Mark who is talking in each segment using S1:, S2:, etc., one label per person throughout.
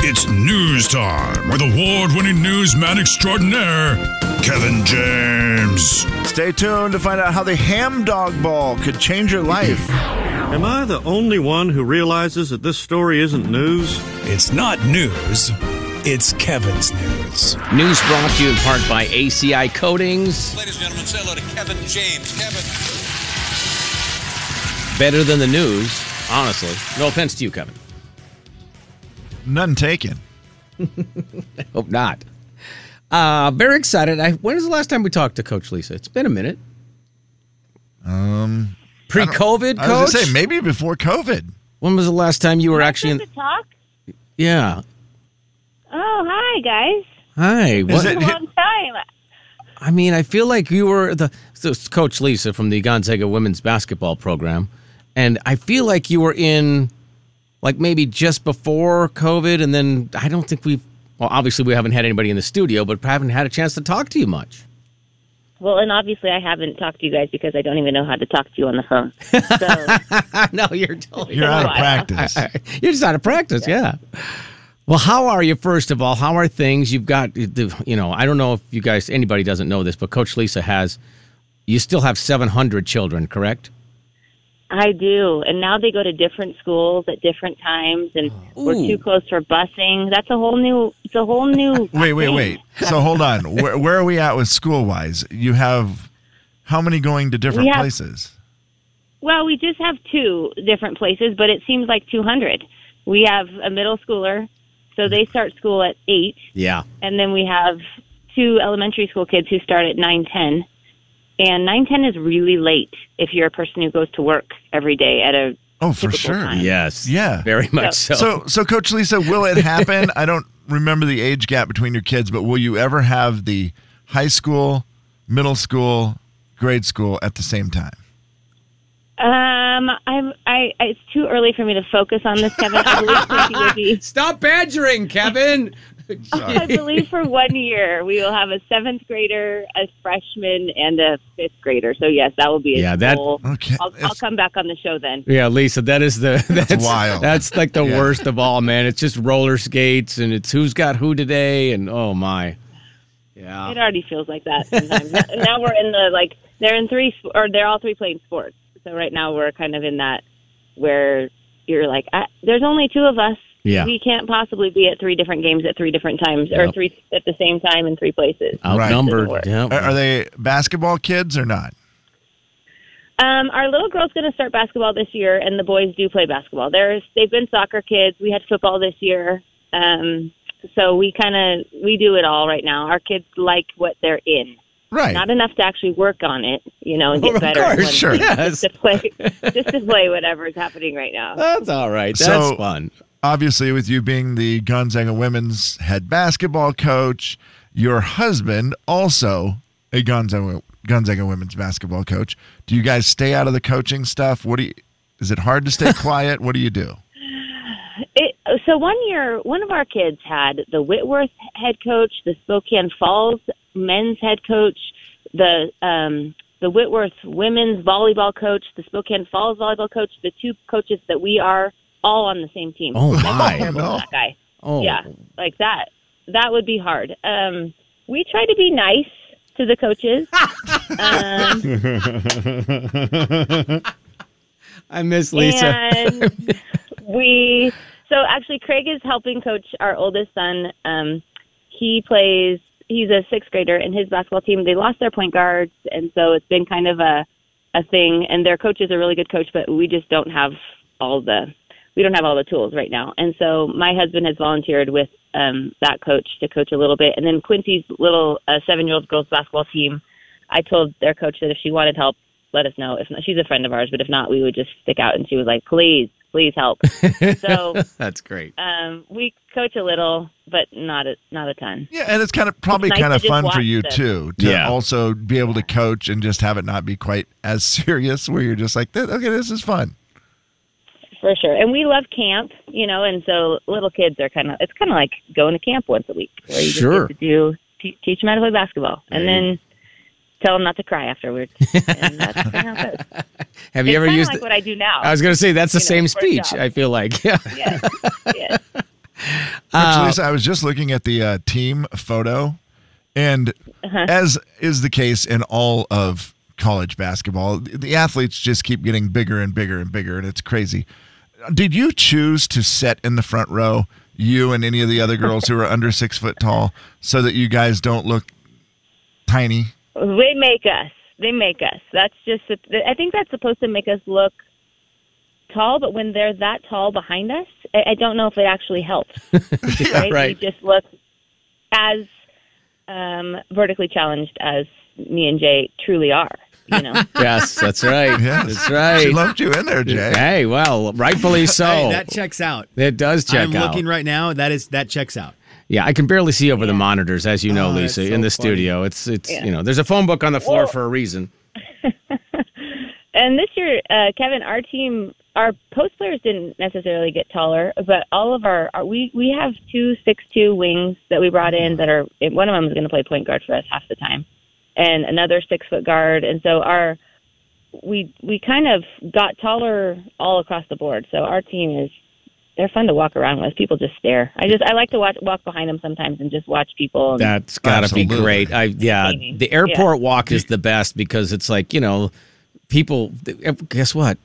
S1: It's news time with award winning newsman extraordinaire, Kevin James.
S2: Stay tuned to find out how the ham dog ball could change your life.
S3: Am I the only one who realizes that this story isn't news?
S4: It's not news. It's Kevin's news.
S5: News brought to you in part by ACI Coatings.
S6: Ladies and gentlemen, say hello to Kevin James. Kevin.
S5: Better than the news, honestly. No offense to you, Kevin.
S2: None taken.
S5: Hope not. Uh, very excited. I, when was the last time we talked to Coach Lisa? It's been a minute.
S2: Um,
S5: Pre-COVID,
S2: I was
S5: Coach.
S2: gonna say maybe before COVID.
S5: when was the last time you were actually in?
S7: to talk.
S5: Yeah.
S7: Oh, hi guys.
S5: Hi. What,
S2: it-
S7: It's a long time.
S5: I mean, I feel like you were the so it's Coach Lisa from the Gonzaga women's basketball program, and I feel like you were in, like maybe just before COVID, and then I don't think we've. Well, obviously we haven't had anybody in the studio, but haven't had a chance to talk to you much.
S7: Well, and obviously I haven't talked to you guys because I don't even know how to talk to you on the phone. So
S5: I know you're totally.
S2: You're out of
S7: Wow.
S2: practice.
S5: You're just out of practice, yeah. Well, how are you? First of all, how are things? You've got the, you know, I don't know if you guys, anybody doesn't know this, but Coach Lisa has, you still have 700 children, correct?
S7: I do, and now they go to different schools at different times, and we're
S5: Ooh.
S7: too close for busing. That's a whole new. It's a whole new.
S2: Wait, wait,
S7: thing.
S2: wait. So hold on. Where, where are we at with school wise? You have how many going to different
S7: We have-
S2: places?
S7: Well, we just have two different places, but it seems like 200. We have a middle schooler, so they start school at eight,
S5: Yeah.
S7: and then we have two elementary school kids who start at 9:10. And 9:10 is really late if you're a person who goes to work every day at a
S2: Oh, for
S7: typical
S2: sure.
S7: time.
S5: Yes.
S2: Yeah.
S5: Very much so.
S2: So, so Coach Lisa, will it happen? I don't remember the age gap between your kids, but will you ever have the high school, middle school, grade school at the same time?
S7: Um, I'm I it's too early for me to focus on this, Kevin. I believe Cynthia would be
S5: Stop badgering, Kevin.
S7: I believe for one year we will have a seventh grader, a freshman, and a fifth grader. So yes, that will be a
S5: Yeah, that-
S7: goal.
S2: Okay.
S7: I'll, I'll come back on the show then.
S5: Yeah, Lisa, that is the that's,
S2: wild.
S5: That's like the
S2: Yeah.
S5: worst of all, man. It's just roller skates and it's who's got who today and oh my. Yeah.
S7: It already feels like that sometimes. now, now we're in the like they're in three sp- or they're all three playing sports. So right now we're kind of in that where you're like, I, there's only two of us.
S5: Yeah.
S7: We can't possibly be at three different games at three different times or
S5: Yep.
S7: three at the same time in three places.
S5: Outnumbered.
S7: Doesn't work.
S5: Yeah.
S2: Are, are they basketball kids or not?
S7: Um, our little girl's going to start basketball this year, and the boys do play basketball. There's they've been soccer kids. We had football this year, um, so we kind of we do it all right now. Our kids like what they're in.
S2: Right.
S7: Not enough to actually work on it, you know, and get
S5: Of
S7: better.
S5: course,
S7: at one
S2: sure.
S7: thing.
S5: Yes.
S7: Just to play, just to play whatever's happening right now.
S5: That's all right. That's
S2: So-
S5: fun.
S2: Obviously, with you being the Gonzaga women's head basketball coach, your husband also a Gonzaga Gonzaga women's basketball coach. Do you guys stay out of the coaching stuff? What do you? Is it hard to stay quiet? What do you do?
S7: It, so one year, one of our kids had the Whitworth head coach, the Spokane Falls men's head coach, the um, the Whitworth women's volleyball coach, the Spokane Falls volleyball coach, the two coaches that we are all on the same team.
S5: Oh,
S7: I felt
S5: my.
S7: terrible for
S2: No.
S7: That guy.
S5: Oh.
S7: Yeah, like that. That would be hard. Um, we try to be nice to the coaches. um,
S5: I miss Lisa.
S7: And we so actually Craig is helping coach our oldest son. Um, he plays. He's a sixth grader, and his basketball team they lost their point guards, and so it's been kind of a a thing. And their coach is a really good coach, but we just don't have all the we don't have all the tools right now. And so my husband has volunteered with um, that coach to coach a little bit, and then Quincy's little uh, seven year old girls basketball team. I told their coach that if she wanted help, let us know. If not, she's a friend of ours, but if not, we would just stick out. And she was like, please, please help. so
S5: That's great.
S7: um, we coach a little, but not a not a ton.
S2: Yeah, and it's kind of probably
S7: nice
S2: kind
S7: to
S2: of
S7: just
S2: fun for
S7: watch
S2: you
S7: them.
S2: too to
S5: Yeah.
S2: also be able to coach and just have it not be quite as serious where you're just like, "Th- okay, this is fun.
S7: For sure. And we love camp, you know, and so little kids are kind of, it's kind of like going to camp once a week. Where you
S5: Sure.
S7: Just get to do, te- teach them how to play basketball and then tell them not to cry afterwards. and that's kind of how it goes.
S5: Have
S7: it's
S5: you ever
S7: kinda
S5: used
S7: like
S5: it?
S7: what I do now.
S5: I was going to say that's the
S7: you know,
S5: same
S7: for a
S5: speech.
S7: job.
S5: I feel like. Yeah.
S7: yes. yes.
S5: Uh,
S2: Lisa, I was just looking at the uh, team photo, and as is the case in all of college basketball, th- the athletes just keep getting bigger and bigger and bigger, and it's crazy. Did you choose to sit in the front row, you and any of the other girls who are under six foot tall, so that you guys don't look tiny?
S7: They make us. They make us. That's just. I think that's supposed to make us look tall, but when they're that tall behind us, I, I don't know if it actually helps. right?
S5: right.
S7: We just look as um, vertically challenged as me and Jay truly are. You know.
S5: Yes, that's right.
S2: Yes.
S5: That's right.
S2: She loved you in there, Jay.
S5: Hey, well, rightfully so.
S8: Hey, that checks out.
S5: it does check
S8: I'm
S5: out.
S8: looking right now. That is that checks out.
S5: Yeah, I can barely see over the monitors, as you know,
S8: Oh, that's
S5: Lisa,
S8: so
S5: in the
S8: funny.
S5: studio. It's it's you know, there's a phone book on the floor for a reason.
S7: And this year, uh, Kevin, our team, our post players didn't necessarily get taller, but all of our, our we we have two six two wings that we brought in that are one of them is going to play point guard for us half the time, and another six foot guard, and so our we we kind of got taller all across the board. So our team is they're fun to walk around with. People just stare. I just I like to watch walk behind them sometimes and just watch people. And,
S5: That's gotta be
S2: Absolutely.
S5: great. I yeah,
S7: Amy,
S5: the airport walk is the best because it's like you know, people. eh, Guess what?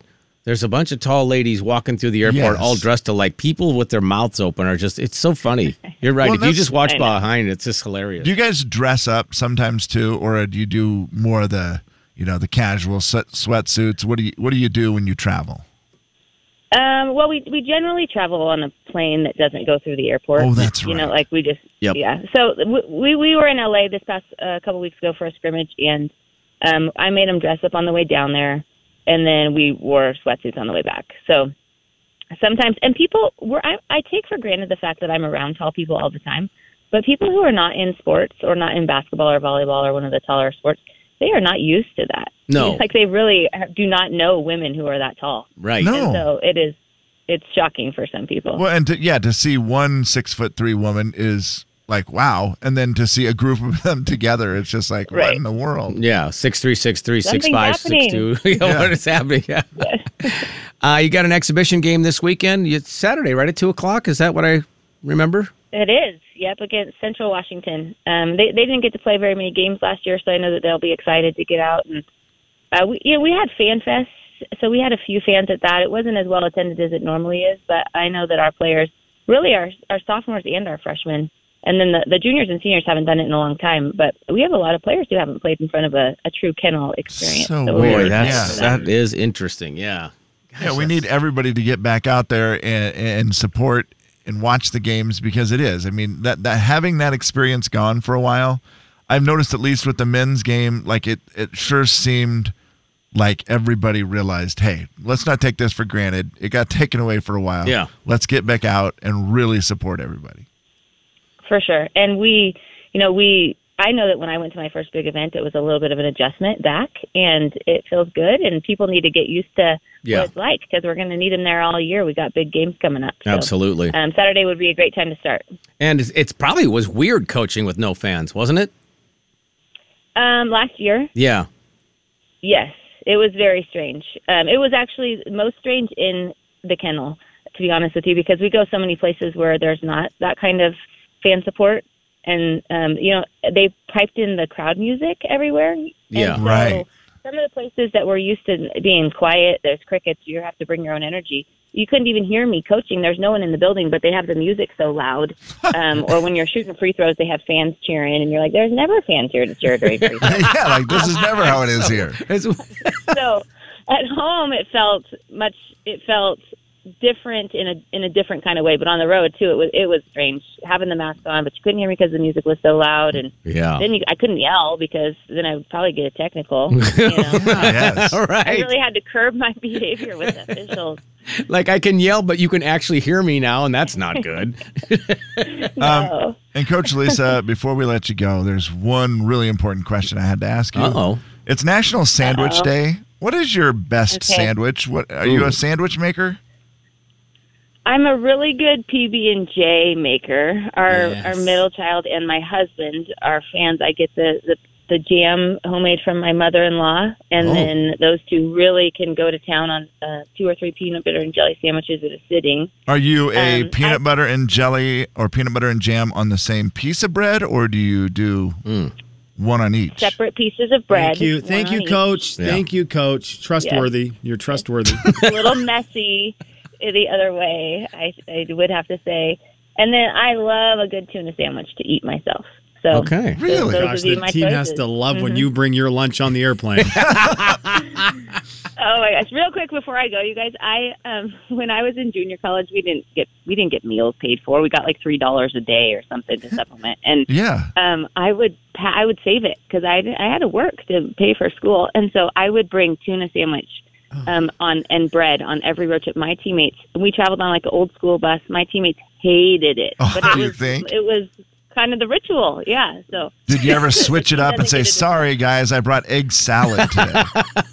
S5: There's a bunch of tall ladies walking through the airport,
S2: Yes.
S5: all dressed alike. People with their mouths open are just. It's so funny. You're right.
S2: Well,
S5: if you
S2: that's-
S5: just watch
S7: I know.
S5: behind, it's just hilarious.
S2: Do you guys dress up sometimes too, or do you do more of the, you know, the casual sweat sweatsuits? What do you What do you do when you travel?
S7: Um, well, we we generally travel on a plane that doesn't go through the airport.
S2: Oh, that's
S7: You know,
S2: right.
S7: like we just
S5: Yep.
S7: yeah. So w- we we were in LA this past uh, couple weeks ago for a scrimmage, and um, I made them dress up on the way down there, and then we wore sweatsuits on the way back. So sometimes, and people were I, I take for granted the fact that I'm around tall people all the time, but people who are not in sports or not in basketball or volleyball or one of the taller sports, they are not used to that.
S5: No.
S7: like they really do not know women who are that tall.
S5: right.
S2: No.
S7: And so it is, it's shocking for some people.
S2: Well, and to, yeah, to see one six foot three woman is like wow, and then to see a group of them together, it's just like what
S7: Right.
S2: in the world?
S5: Yeah, six three six three six
S7: Something's
S5: five six two. You know what is happening? Yeah. uh, you got an exhibition game this weekend. It's Saturday, right at two o'clock. Is that what I remember?
S7: It is, yep, against Central Washington. Um, they they didn't get to play very many games last year, so I know that they'll be excited to get out. And uh, we, you know, we had Fan Fest, so we had a few fans at that. It wasn't as well attended as it normally is, but I know that our players, really our our sophomores and our freshmen, and then the, the juniors and seniors haven't done it in a long time. But we have a lot of players who haven't played in front of a, a true kennel experience.
S2: So
S7: we're
S2: weird.
S5: Boy,
S7: excited
S5: that's
S7: for that.
S5: that is interesting. Yeah.
S2: yeah, we need everybody to get back out there and, and support and watch the games because it is. I mean, that that having that experience gone for a while, I've noticed at least with the men's game, like it it sure seemed like everybody realized, hey, let's not take this for granted. It got taken away for a while.
S5: Yeah.
S2: let's get back out and really support everybody.
S7: For sure. And we, you know, we, I know that when I went to my first big event, it was a little bit of an adjustment back and it feels good. And people need to get used to
S5: Yeah.
S7: what it's like because we're going to need them there all year. We got big games coming up. So,
S5: Absolutely.
S7: Um, Saturday would be a great time to start.
S5: And it's, it's probably was weird coaching with no fans, wasn't it?
S7: Um, last year,
S5: Yeah.
S7: Yes, it was very strange. Um, it was actually most strange in the kennel, to be honest with you, because we go so many places where there's not that kind of fan support, and um, you know they piped in the crowd music everywhere. And
S5: Yeah.
S7: so
S2: Right.
S7: Some of the places that were used to being quiet, there's crickets. You have to bring your own energy. You couldn't even hear me coaching. There's no one in the building, but they have the music so loud. Um, or when you're shooting free throws, they have fans cheering, and you're like, "There's never fans here to cheer during free throws."
S2: yeah, like this is never how it is here.
S5: It's-
S7: so at home it felt much it felt different in a in a different kind of way but on the road too it was it was strange having the mask on but you couldn't hear me because the music was so loud and
S5: yeah.
S7: then you, I couldn't yell because then I would probably get a technical you know
S2: Yes.
S5: All
S7: I
S5: right.
S7: really had to curb my behavior with officials
S5: Like I can yell, but you can actually hear me now, and that's not good.
S7: no.
S2: And Coach Lisa, before we let you go, there's one really important question I had to ask you.
S5: Uh-oh.
S2: It's National Sandwich
S7: Uh-oh.
S2: Day. What is your best
S7: Okay.
S2: sandwich? What are you
S5: Ooh.
S2: a sandwich maker?
S7: I'm a really good PB and J maker. Our
S8: Yes.
S7: our middle child and my husband are fans. I get the the the jam homemade from my mother-in-law, and
S2: Oh.
S7: then those two really can go to town on uh, two or three peanut butter and jelly sandwiches at a sitting.
S2: Are you a
S7: Um,
S2: peanut
S7: I-
S2: butter and jelly or peanut butter and jam on the same piece of bread, or do you do
S5: Hmm.
S2: one on each?
S7: Separate pieces of bread.
S8: Thank you.
S7: one
S8: Thank
S7: on
S8: you,
S7: each.
S8: coach.
S5: Yeah.
S8: Thank you, coach. Trustworthy. You're trustworthy.
S7: a little messy the other way, I, I would have to say. And then I love a good tuna sandwich to eat myself. So
S5: Okay.
S7: th-
S2: Really?
S7: those
S8: Gosh,
S7: would be
S8: the
S7: my Mm-hmm.
S8: team has
S7: choices.
S8: to love when you bring your lunch on the airplane.
S7: Oh my gosh! Real quick before I go, you guys, I um, when I was in junior college, we didn't get we didn't get meals paid for. We got like three dollars a day or something to supplement, and
S2: Yeah.
S7: um, I would pa- I would save it because I didn't- I had to work to pay for school, and so I would bring tuna sandwich
S2: Oh.
S7: um, on and bread on every road trip. My teammates we traveled on like an old school bus. My teammates hated it,
S2: Oh,
S7: but it
S2: you
S7: was
S2: think?
S7: it was kind of the ritual. Yeah, so
S2: Did you ever switch it up and say,
S7: Designated-
S2: "Sorry, guys, I brought egg salad today"?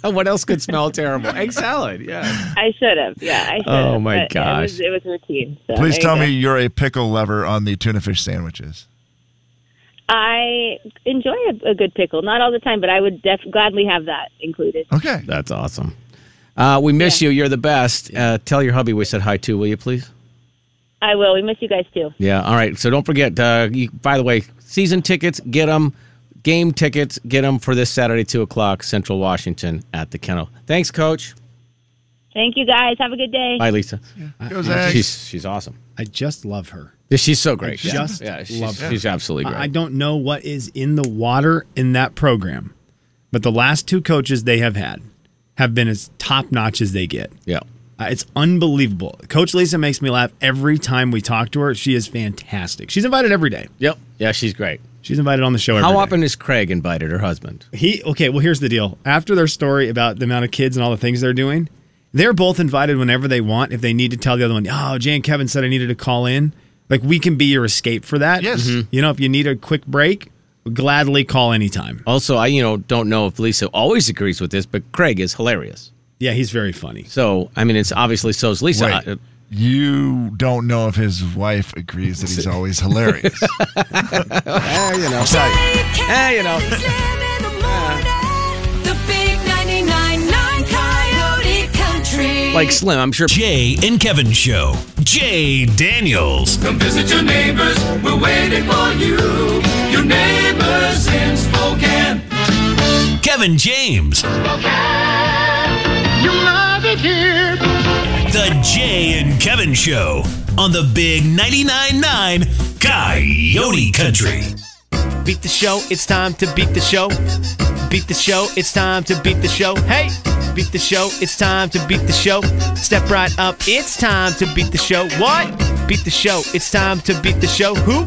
S5: what else could smell terrible? Egg salad. Yeah.
S7: I should have. Yeah, I should.
S5: Oh, my
S7: It was,
S5: gosh.
S7: it was routine. So
S2: Please
S7: there you
S2: tell
S7: go.
S2: me you're a pickle lover on the tuna fish sandwiches.
S7: I enjoy a, a good pickle, not all the time, but I would def- gladly have that included.
S2: Okay.
S5: That's awesome. Uh, we miss you. You're the best. Uh, tell your hubby we said hi to, will you please?
S7: I will. We miss you guys too.
S5: Yeah. All right. So don't forget. Uh, you, by the way, season tickets, get them. Game tickets, get them for this Saturday, two o'clock, Central Washington at the Kennel. Thanks, Coach.
S7: Thank you guys. Have a good day.
S5: Bye, Lisa. Uh,
S2: Goes egg.
S5: She's she's awesome.
S8: I just love her.
S5: Yeah, She's so great.
S8: I just
S5: yeah. yeah, she's,
S8: love her.
S5: she's absolutely great.
S8: I I don't know what is in the water in that program, but the last two coaches they have had have been as top notch as they get.
S5: yeah.
S8: Uh, it's unbelievable. Coach Lisa makes me laugh every time we talk to her. She is fantastic. She's invited every day.
S5: Yep. Yeah, she's great.
S8: She's invited on the show every
S5: How
S8: day.
S5: often is Craig invited her husband?
S8: He okay. Well, here's the deal. After their story about the amount of kids and all the things they're doing, they're both invited whenever they want. If they need to tell the other one, oh, Jay and Kevin said I needed to call in. Like we can be your escape for that. Mm-hmm.
S2: Yes. Mhm.
S8: You know, if you need a quick break, gladly call anytime.
S5: Also, I you know don't know if Lisa always agrees with this, but Craig is hilarious.
S8: Yeah, he's very funny.
S5: So I mean, it's obviously so's Lisa.
S2: Wait.
S5: Uh,
S2: You don't know if his wife agrees that he's always hilarious.
S5: eh, you know. Like Slim, I'm sure
S4: Jay and Kevin Show. Jay Daniels.
S9: Come visit your neighbors. We're waiting for you. Your neighbors in Spokane.
S4: Kevin James. The Jay and Kevin Show on the Big 99.9 9 Coyote Country.
S10: Beat the show, it's time to beat the show. Beat the show, it's time to beat the show. Hey! Beat the show, it's time to beat the show. Step right up, it's time to beat the show. What? Beat the show, it's time to beat the show. Who?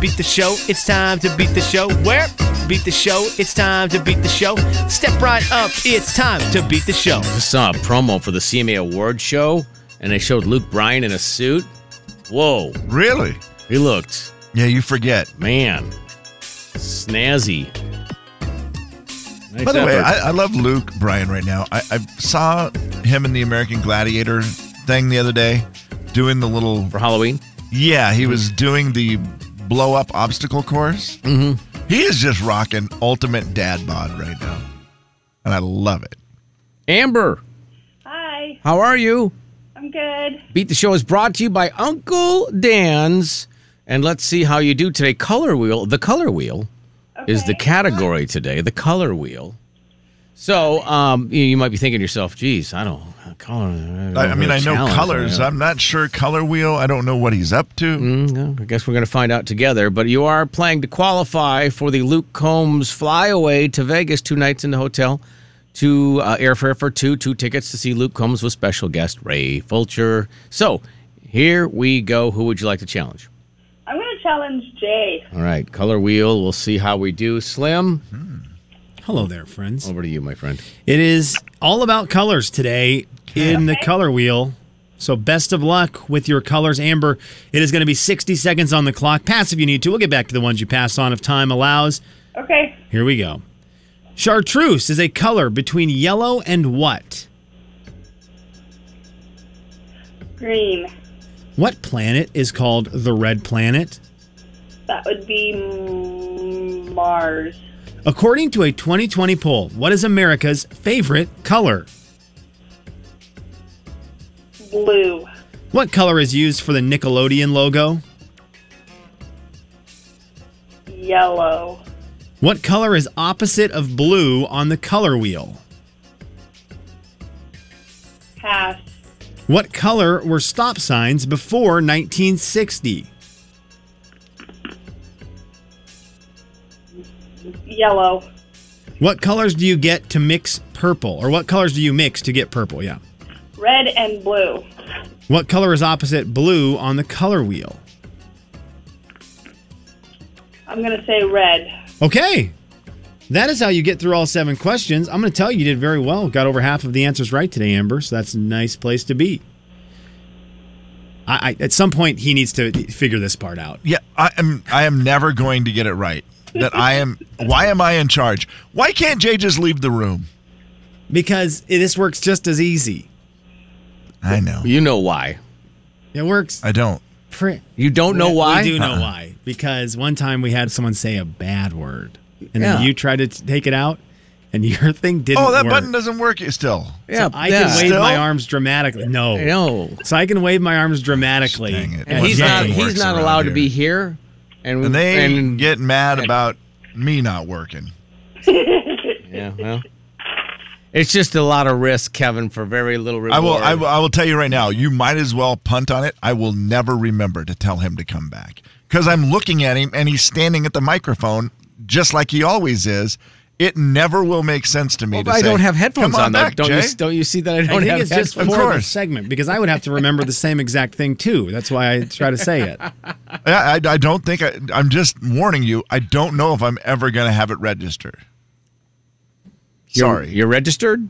S10: Beat the show, it's time to beat the show. Where? Beat the show, it's time to beat the show. Step right up, it's time to beat the show.
S5: I saw a promo for the CMA award show, and they showed Luke Bryan in a suit. Whoa,
S2: really?
S5: he looked
S2: Yeah, you forget.
S5: man snazzy. Nice
S2: By the way,
S5: effort.
S2: I, I love Luke Bryan right now. I, I saw him in the American Gladiator thing the other day, doing the little.
S5: for Halloween,
S2: Yeah, he was doing the blow up obstacle course. Mm-hmm. He is just rocking ultimate dad bod right now, and I love it.
S5: Amber,
S7: Hi.
S5: how are you?
S7: I'm good.
S5: Beat the Show is brought to you by Uncle Dan's. And let's see how you do today. Color wheel. The color wheel is the category today. The color wheel. So um, you, you might be thinking to yourself, geez, I don't color. don't
S2: I, I mean, I know
S5: challenge,
S2: colors.
S5: I
S2: I'm not sure color wheel. I don't know what he's up to.
S5: No, Mm, I guess we're going to find out together. But you are playing to qualify for the Luke Combs flyaway to Vegas, two nights in the hotel, two uh, airfare for two, two tickets to see Luke Combs with special guest Ray Fulcher. So here we go. Who would you like to challenge?
S7: I'm going to challenge Jay.
S5: All right, color wheel. We'll see how we do. Slim,
S8: Hello there, friends.
S5: over to you, my friend.
S8: It is all about colors today in the color wheel. So best of luck with your colors, Amber. It is going to be 60 seconds on the clock. Pass if you need to. We'll get back to the ones you pass on if time allows.
S7: Okay.
S8: Here we go. Chartreuse is a color between yellow and what?
S7: Green.
S8: What planet is called the red planet?
S7: That would be Mars.
S8: According to a 2020 poll, what is America's favorite color?
S11: Blue.
S8: What color is used for the Nickelodeon logo?
S11: Yellow.
S8: What color is opposite of blue on the color wheel?
S11: Pass.
S8: What color were stop signs before 1960?
S11: Yellow.
S8: What colors do you get to mix purple? Or what colors do you mix to get purple? Yeah.
S11: Red and blue.
S8: What color is opposite blue on the color wheel?
S11: I'm going to say red.
S8: Okay. That is how you get through all seven questions. I'm going to tell you, you did very well. Got over half of the answers right today, Amber. So that's a nice place to be. I, I at some point he needs to figure this part out.
S2: Yeah, I am. I am never going to get it right. That I am. Why am I in charge? Why can't Jay just leave the room?
S8: Because this works just as easy.
S2: I know.
S5: You know why.
S8: It works.
S2: I don't.
S8: Pri-
S5: You don't know
S8: We-
S5: why?
S8: We do know
S5: Uh-uh.
S8: why. Because one time we had someone say a bad word, and
S2: Yeah.
S8: then you tried to t- take it out, and your thing didn't.
S2: oh, that
S8: work.
S2: button doesn't work still.
S8: So I can wave my arms dramatically. No,
S5: no.
S8: So I can wave my arms dramatically.
S5: And he's not he's not allowed to be here. And,
S2: And they
S5: and-
S2: get mad about me not working.
S5: yeah, well. It's just a lot of risk, Kevin, for very little reward.
S2: I will, I will. I will tell you right now. You might as well punt on it. I will never remember to tell him to come back because I'm looking at him and he's standing at the microphone just like he always is. It never will make sense to me.
S5: Well,
S2: to
S5: but I
S2: say,
S5: don't have headphones
S2: "Come on,
S5: on, though.
S2: back,
S5: Don't you
S2: Jay."
S5: s- don't you see that I
S8: I
S5: don't
S8: think
S5: have
S8: it's just for
S5: headphones?
S8: the segment because I would have to remember the same exact thing too. That's why I try to say it.
S2: I, I- I don't think I, I'm just warning you. I don't know if I'm ever going to have it registered.
S5: You're-
S2: Sorry.
S5: You're registered?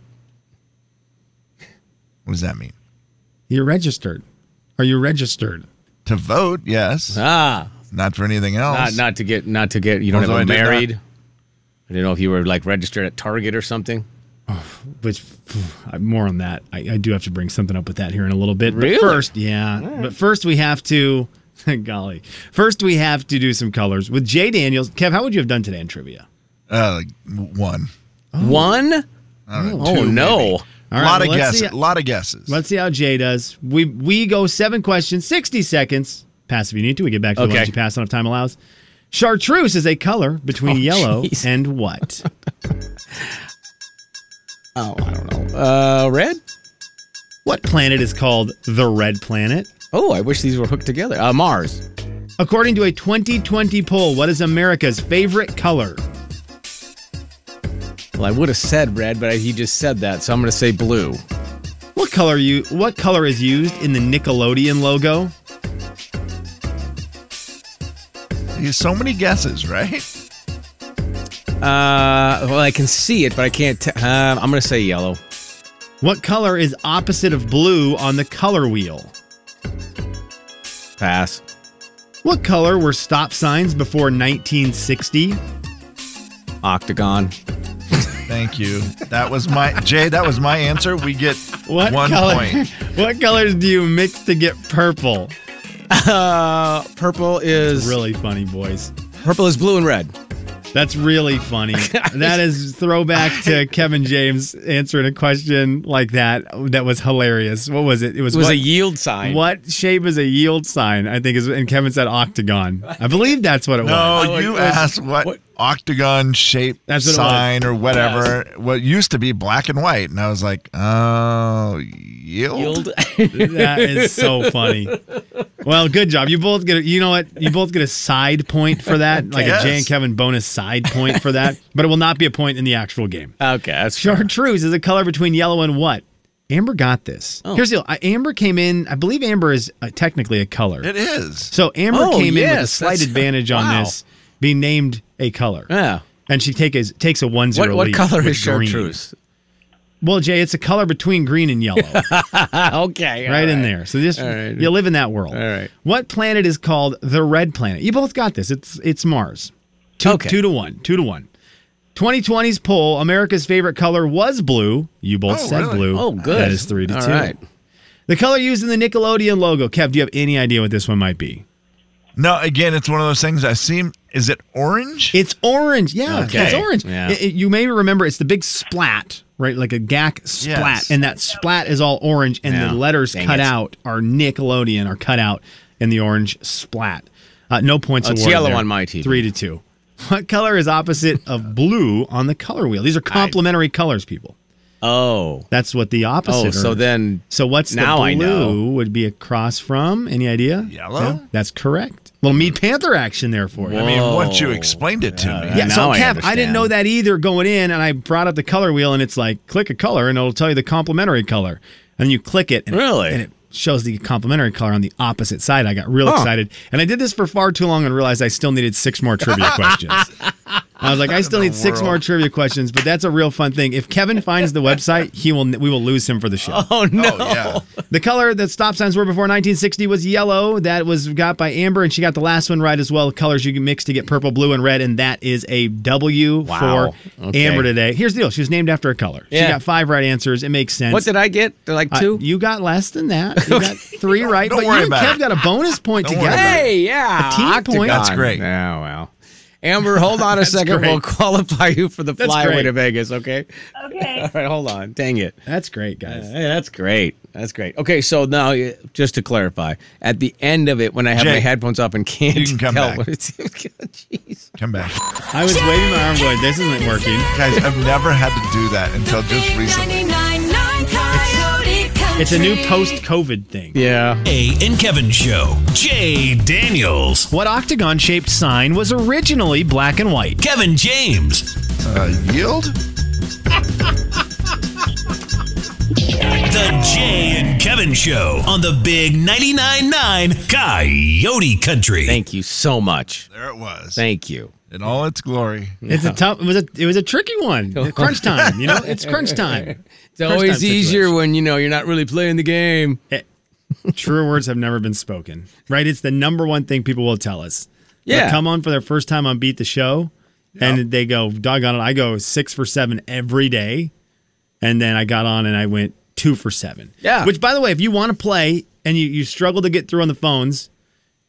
S2: What does that mean?
S8: You're registered. Are you registered?
S2: To vote, yes.
S5: Ah.
S2: Not for anything else.
S5: Not not to get not to get you don't
S2: Although I
S5: have a
S2: did not-
S5: married. I don't know if you were like registered at Target or something.
S8: Which I- more on that. I, I do have to bring something up with that here in a little bit.
S5: Really?
S8: But first, yeah.
S5: All right.
S8: But first we have to golly. First we have to do some colors with Jay Daniels. Kev, how would you have done today in trivia?
S2: Uh, one.
S5: One?
S2: I don't know,
S5: Oh,
S2: Oh. two,
S5: no.
S2: maybe.
S5: All
S2: A
S8: right,
S2: lot of
S8: well, let's
S2: guesses.
S8: see-
S2: A lot of guesses.
S8: Let's see how Jay does. We we go seven questions, sixty seconds. Pass if you need to. We get back to the
S5: Okay.
S8: ones you pass on if time allows. Chartreuse is a color between
S5: Oh,
S8: yellow
S5: jeez.
S8: and what?
S5: Oh, I don't know. Uh red?
S8: what planet is called the red planet?
S5: Oh, I wish these were hooked together. Uh Mars.
S8: According to a 2020 poll, what is America's favorite color?
S5: Well, I would have said red, but I, he just said that, so I'm going to say blue.
S8: What color you what color is used in the Nickelodeon logo?
S2: There's so many guesses, right?
S5: Uh, well, I can see it, but I can't. T- uh, I'm going to say yellow.
S8: What color is opposite of blue on the color wheel?
S5: Pass.
S8: What color were stop signs before 1960?
S5: Octagon.
S2: Thank you. That was my Jay. That was my answer. We get
S8: What
S2: one
S8: color,
S2: point.
S8: What colors do you mix to get purple?
S5: Uh, purple is
S8: Really funny, boys.
S5: purple is blue and red.
S8: That's really funny. that is throwback to Kevin James answering a question like that. That was hilarious. What was it? It was,
S5: It was
S8: what,
S5: a yield sign.
S8: what shape is a yield sign? I think is and Kevin said octagon. I believe that's what Oh, it was.
S2: No, you asked what,
S5: what-
S2: octagon shape
S8: That's what it was.
S2: sign or whatever. What used to be black and white, and I was like, oh, yield.
S5: Yield.
S8: That is so funny. Well, good job. You both get a, you know what? You both get a side point for that, like a Jay
S2: Yes.
S8: and Kevin bonus side point for that, but it will not be a point in the actual game.
S5: okay, that's fair.
S8: Chartreuse is a color between yellow and what? Amber got this.
S5: Oh.
S8: Here's the deal. I, Amber came in. I believe Amber is uh, technically a color.
S2: It is.
S8: So Amber
S5: Oh,
S8: came in with a
S5: yes,
S8: slight
S5: that's-
S8: advantage on
S5: wow.
S8: this, being named a color.
S5: Yeah.
S8: And she take a, takes a 1 0
S5: What what
S8: lead
S5: color
S8: with
S5: is
S8: green.
S5: chartreuse?
S8: Well, Jay, it's a color between green and yellow, right,
S5: okay, all
S8: in there. So just
S5: All right.
S8: you live in that world.
S5: All right.
S8: What planet is called the red planet? You both got this. It's it's Mars. Two,
S5: Okay.
S8: two to one. Two to one. 2020's poll, America's favorite color was blue. You both
S2: Oh,
S8: said
S2: really?
S8: blue.
S5: Oh, good.
S8: That is three to
S5: All
S8: two.
S5: right.
S8: The color used in the Nickelodeon logo. Kev, do you have any idea what this one might be?
S2: No, again, it's one of those things. I seem Is it orange?
S8: It's orange. Yeah,
S2: Okay.
S8: it's orange.
S2: Yeah.
S8: It- it- you may remember it's the big splat, right? Like a gack splat,
S2: Yes.
S8: and that splat is all orange, and
S2: Yeah.
S8: the letters
S2: Dang
S8: cut
S2: it.
S8: out are Nickelodeon are cut out in the orange splat. Uh, no points.
S5: Oh, it's
S8: awarded
S5: yellow
S8: there.
S5: on my TV.
S8: Three to two. What color is opposite of blue on the color wheel? These are complementary colors, people.
S5: Oh,
S8: that's what the opposite.
S5: Oh, so
S8: are.
S5: then-
S8: so what's
S5: now
S8: the
S5: I know.
S8: blue would be across from? Any idea? Yellow. that's correct. Little Meat Panther action there for you.
S2: I
S5: Oh.
S2: mean, once you explained it to me.
S8: Yeah, so Kev, I, didn't know that either going in, and I brought up the color wheel, and it's like click a color, and it'll tell you the complementary color, and then you click it, and really, it, and it shows the complementary color on the opposite side. I got real
S12: Huh.
S8: excited, and I did this for far too long, and realized I still needed six more trivia questions. I was like, I still need six
S12: world.
S8: more trivia questions, but that's a real fun thing. If Kevin finds the website, he will we will lose him for the show.
S5: Oh no!
S8: The color that stop signs were before 1960 was yellow. That was got by Amber, and she got the last one right as well. Colors you can mix to get purple, blue, and red, and that is a W
S5: Wow.
S8: for
S5: Okay.
S8: Amber today. Here's the deal: she was named after a color.
S5: Yeah.
S8: She got five right answers. It makes sense.
S5: What did I get? They're like
S8: Uh,
S5: two.
S8: you got less than that. You got three right.
S5: Don't
S8: but
S5: worry
S8: you
S5: about
S8: and Kev
S5: it.
S8: got a bonus point
S5: Don't worry
S8: together.
S5: about it. Hey, yeah,
S8: a team
S5: octagon.
S8: point.
S5: That's great. Yeah, well. Amber, hold on a
S8: That's
S5: second.
S8: great.
S5: We'll qualify you for the
S8: That's
S5: flyaway
S8: great.
S5: to Vegas, okay?
S11: Okay.
S5: All right, hold on. Dang it.
S8: That's great, guys.
S5: Uh, hey, that's great. That's great. Okay, so now, uh, just to clarify, at the end of it, when I have my
S2: Jake,
S5: headphones up and can't
S2: you can come
S5: tell
S2: back.
S5: what it's. oh, Jeez.
S2: Come back.
S8: I was waving my arm going, this isn't working.
S2: Guys, I've never had to do that until just recently.
S9: 99.9 Coyote Country.
S8: It's a new post-COVID thing.
S5: Yeah.
S4: A and Kevin Show. Jay Daniels.
S8: What octagon-shaped sign was originally black and white?
S4: Kevin James.
S2: Uh, yield?
S4: The Jay and Kevin Show on the Big 99.9 9 Coyote Country.
S5: Thank you so much.
S2: There it was.
S5: Thank you.
S2: In all its glory.
S8: It's a tough. It was a. It was a tricky one. crunch time. You know, it's crunch time.
S5: It's always easier when, you know, you're not really playing the game.
S8: Truer words have never been spoken. Right? It's the number one thing people will tell us. They'll
S5: Yeah.
S8: come on for their first time on Beat the Show, and they go, "Doggone it!" I go six for seven every day, and then I got on and I went two for seven.
S5: Yeah.
S8: Which, by the way, if you want to play and you you struggle to get through on the phones.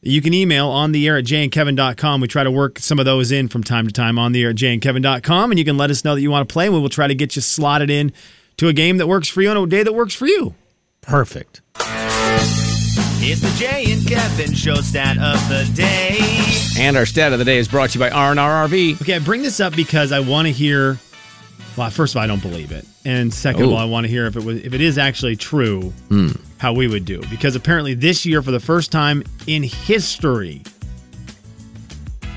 S8: You can email on the air at jayandkevin.com. We try to work some of those in from time to time on the air at jayandkevin.com, and you can let us know that you want to play, and we will try to get you slotted in to a game that works for you on a day that works for you.
S5: Perfect.
S10: It's the Jay and Kevin show stat of the day.
S5: And our stat of the day is brought to you by R&R RV.
S8: Okay, I bring this up because I want to hear. Well, first of all, I don't believe it, and second of
S5: Ooh.
S2: Oh.
S8: all, I want to hear if it was if it is actually true
S2: Hmm.
S8: how we would do because apparently this year for the first time in history,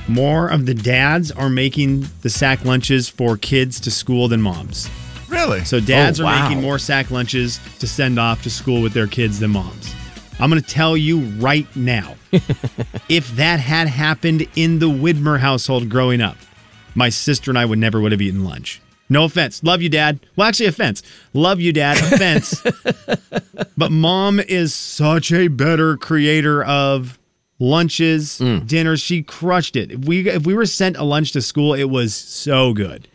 S8: more of the dads are making the sack lunches for kids to school than moms.
S2: Really?
S8: So dads
S2: Oh,
S8: are
S2: wow.
S8: making more sack lunches to send off to school with their kids than moms. I'm going to tell you right now. if that had happened in the Widmer household growing up, my sister and I would never would have eaten lunch. No offense. Love you, dad. Well, actually offense. Love you, dad. Offense. but mom is such a better creator of lunches,
S5: Mm.
S8: dinners. She crushed it. If we if we were sent a lunch to school, it was so good.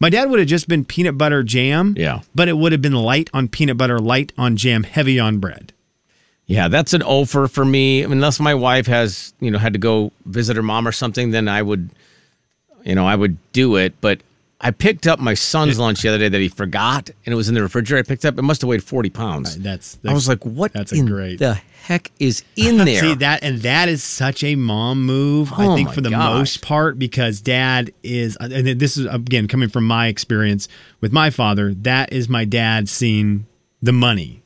S8: My dad would have just been peanut butter jam.
S5: Yeah.
S8: But it would have been light on peanut butter, light on jam, heavy on bread.
S5: Yeah, that's an offer for me. Unless my wife has, you know, had to go visit her mom or something, then I would, you know, I would do it. But I picked up my son's lunch the other day that he forgot, and it was in the refrigerator. I picked up. It must have weighed forty pounds.
S8: That's
S5: I was like, what
S8: That's a
S5: in
S8: great.
S5: the heck is in there?
S8: See that, and that is such a mom move.
S5: Oh
S8: I think
S5: my
S8: for the
S5: gosh.
S8: most part, because dad is, uh, and this is again coming from my experience with my father. That is my dad seeing the money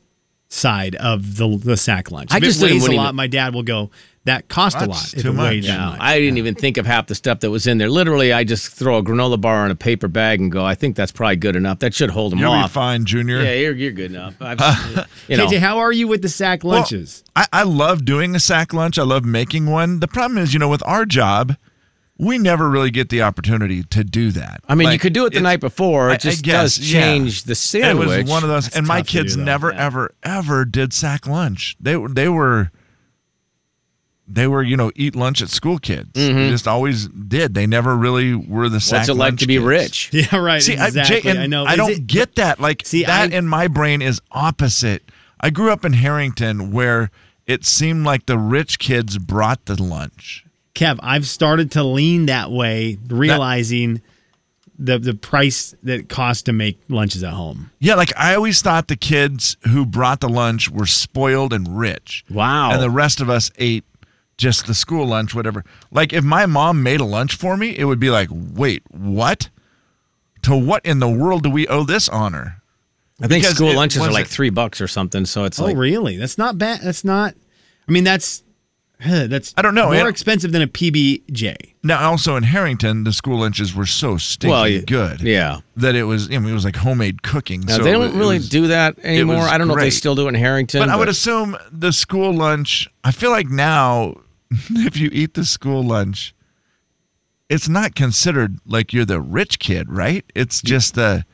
S8: side of the the sack lunch.
S5: I
S8: If it
S5: just didn't-
S8: weighs a
S5: wouldn't
S8: lot.
S5: even-
S8: My dad will go. That cost a lot.
S2: That's
S8: if
S2: too
S8: it weighed
S2: much.
S8: that
S5: No, I didn't even think of half the stuff that was in there. Literally, I just throw a granola bar in a paper bag and go. I think that's probably good enough. That should hold him
S2: You'll be
S5: off.
S2: fine, Junior.
S5: Yeah, you're, you're good enough. I've, you know,
S8: KJ, how are you with the sack
S2: Well,
S8: lunches?
S2: I, I love doing a sack lunch. I love making one. The problem is, you know, with our job, we never really get the opportunity to do that.
S5: I mean, you
S2: Like,
S5: could do it the
S2: it's-
S5: night before.
S2: I- I
S5: It just
S2: guess,
S5: does
S2: yeah.
S5: change the sandwich.
S2: It was one of those,
S8: That's
S2: and my
S8: tough to do,
S2: kids
S8: though.
S2: never,
S5: Yeah.
S2: ever, ever did sack lunch. They were, they were, they were, you know, eat lunch at school kids. They just always did. They never really were the sack.
S5: Mm-hmm. What's it like
S2: lunch
S5: to be
S2: kids.
S5: rich?
S8: yeah, right.
S2: See,
S8: exactly.
S2: I, Jay, and
S8: I know.
S2: I
S8: Is
S2: don't
S8: it-
S2: get that. Like
S8: See,
S2: that
S8: I-
S2: in my brain is opposite. I grew up in Harrington where it seemed like the rich kids brought the lunch.
S8: Kev, I've started to lean that way, realizing the the price that it costs to make lunches at home.
S2: Yeah, like I always thought the kids who brought the lunch were spoiled and rich.
S8: Wow.
S2: And the rest of us ate just the school lunch, whatever. Like if my mom made a lunch for me, it would be like, wait, what? To what in the world do we owe this honor?
S5: I think
S2: Because
S5: school
S2: it
S5: lunches are
S2: wasn't-
S5: like three bucks or something. So it's
S8: oh,
S5: like
S8: really? That's not bad. That's not. I mean, that's huh, that's I
S2: don't know.
S8: more
S2: It-
S8: expensive than a PBJ.
S2: Now, also in Harrington, the school lunches were so stinking
S5: Well, y-
S2: good
S5: yeah.
S2: that it was. I mean, it was like homemade cooking.
S5: Now,
S2: so
S5: they
S2: it
S5: don't
S2: was-
S5: really do that anymore. I don't know if they
S2: great.
S5: still do it in Harrington.
S2: But I would assume the school lunch. I feel like now, if you eat the school lunch, it's not considered like you're the rich kid, right? It's just the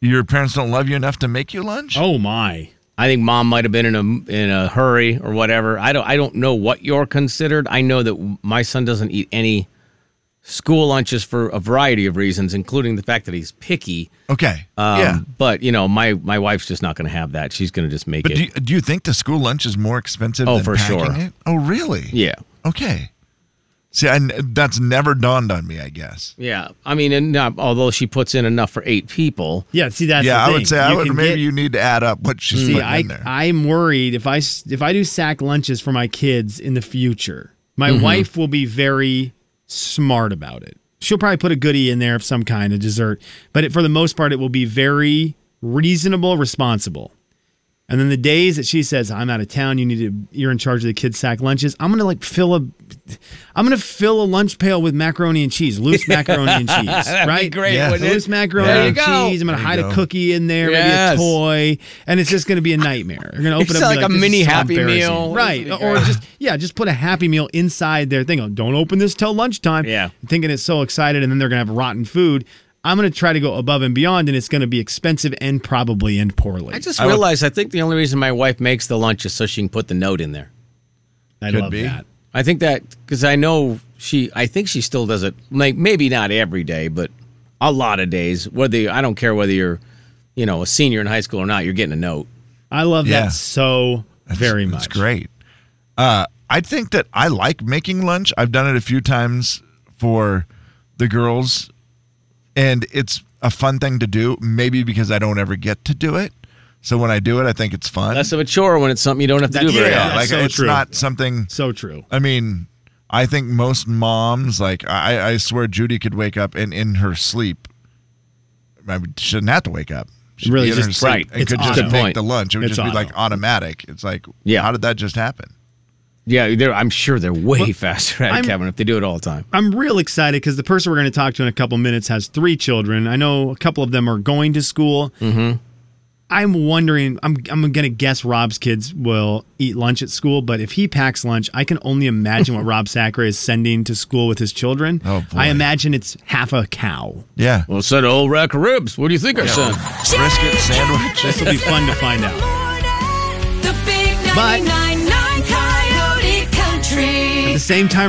S2: your parents don't love you enough to make you lunch.
S8: Oh my!
S5: I think mom might have been in a in a hurry or whatever. I don't I don't know what you're considered. I know that my son doesn't eat any school lunches for a variety of reasons, including the fact that he's picky.
S2: Okay,
S5: Um,
S2: yeah.
S5: But you know, my my wife's just not going to have that. She's going to just make
S2: But
S5: it.
S2: do you, do you think the school lunch is more expensive?
S5: Oh,
S2: than
S5: for
S2: packing
S5: sure.
S2: it? Oh, really?
S5: yeah.
S2: Okay. See, I, that's never dawned on me. I guess.
S5: Yeah, I mean, and uh, although she puts in enough for eight people,
S8: Yeah, see that's
S2: yeah,
S8: the
S2: I
S8: thing.
S2: would say I
S8: You
S2: would.
S8: can
S2: Maybe
S8: get-
S2: you need to add up what
S5: Mm.
S2: she's
S8: See,
S2: putting
S8: I
S2: in there.
S8: I'm worried if I s- if I do sack lunches for my kids in the future, my
S5: Mm-hmm.
S8: wife will be very smart about it. She'll probably put a goodie in there of some kind, a dessert, but it, for the most part, it will be very reasonable, responsible. And then the days that she says I'm out of town, you need to you're in charge of the kids sack lunches. I'm gonna like fill a, I'm gonna fill a lunch pail with macaroni and cheese, loose macaroni and cheese,
S5: That'd be
S8: right?
S5: great, Yeah. wouldn't it?
S8: Loose macaroni
S5: There you
S8: and
S5: go.
S8: cheese. I'm gonna
S2: There you
S8: hide
S2: go.
S8: a cookie in there,
S5: Yes.
S8: maybe a toy toy, and it's just going to be a nightmare. You're going to open
S5: It's
S8: up
S5: like
S8: and be
S5: a
S8: "This is
S5: mini
S8: so
S5: Happy
S8: embarrassing."
S5: Meal.
S8: right?
S5: It's like,
S8: Or
S5: uh,
S8: just yeah, just put a Happy Meal inside their thing. Oh, don't open this till lunchtime.
S5: Yeah.
S8: thinking it's so excited, and then they're going to have rotten food. I'm going to try to go above and beyond, and it's going to be expensive and probably end poorly.
S5: I just
S2: I would-
S5: realized I think the only reason my wife makes the lunch is so she can put the note in there.
S8: I
S2: Could
S8: love
S2: be.
S8: that.
S5: I think that because I know she, I think she still does it. Like maybe not every day, but a lot of days. Whether you, I don't care whether you're, you know, a senior in high school or not, you're getting a note.
S8: I love
S2: Yeah.
S8: that so very much.
S2: It's great. Uh, I think that I like making lunch. I've done it a few times for the girls, and it's a fun thing to do. Maybe because I don't ever get to do it, so when I do it, I think it's fun.
S5: Less of a chore when it's something you don't have to do
S8: That's-
S5: very
S8: yeah.
S5: often.
S2: like
S8: so
S2: it's
S8: true.
S2: not something.
S8: So true.
S2: I mean, I think most moms, like I, I swear, Judy could wake up and in her sleep, I mean, she shouldn't have to wake up. She'd
S8: Really
S2: be in her
S8: just-
S2: sleep
S5: right.
S2: And
S8: It's
S2: could
S8: auto.
S2: just
S8: Good
S2: make
S5: point.
S2: the lunch. It would
S8: It's
S2: just be
S8: auto.
S2: like automatic. It's like,
S5: Yeah.
S2: how did that just happen?
S5: Yeah, they're, I'm sure they're way faster at it,
S8: I'm-
S5: Kevin if they do it all the time.
S8: I'm real excited because the person we're going to talk to in a couple minutes has three children. I know a couple of them are going to school. Mm-hmm. I'm wondering. I'm I'm going to guess Rob's kids will eat lunch at school, but if he packs lunch, I can only imagine what Rob Sacker is sending to school with his children.
S2: Oh, boy.
S8: I imagine it's half a cow.
S2: Yeah.
S5: Well, said old rack of ribs. What do you think I said?
S2: Brisket sandwich.
S8: This will be fun to find out.
S12: The big
S8: But-
S12: 99.9 Coyote Country.
S8: At the same time,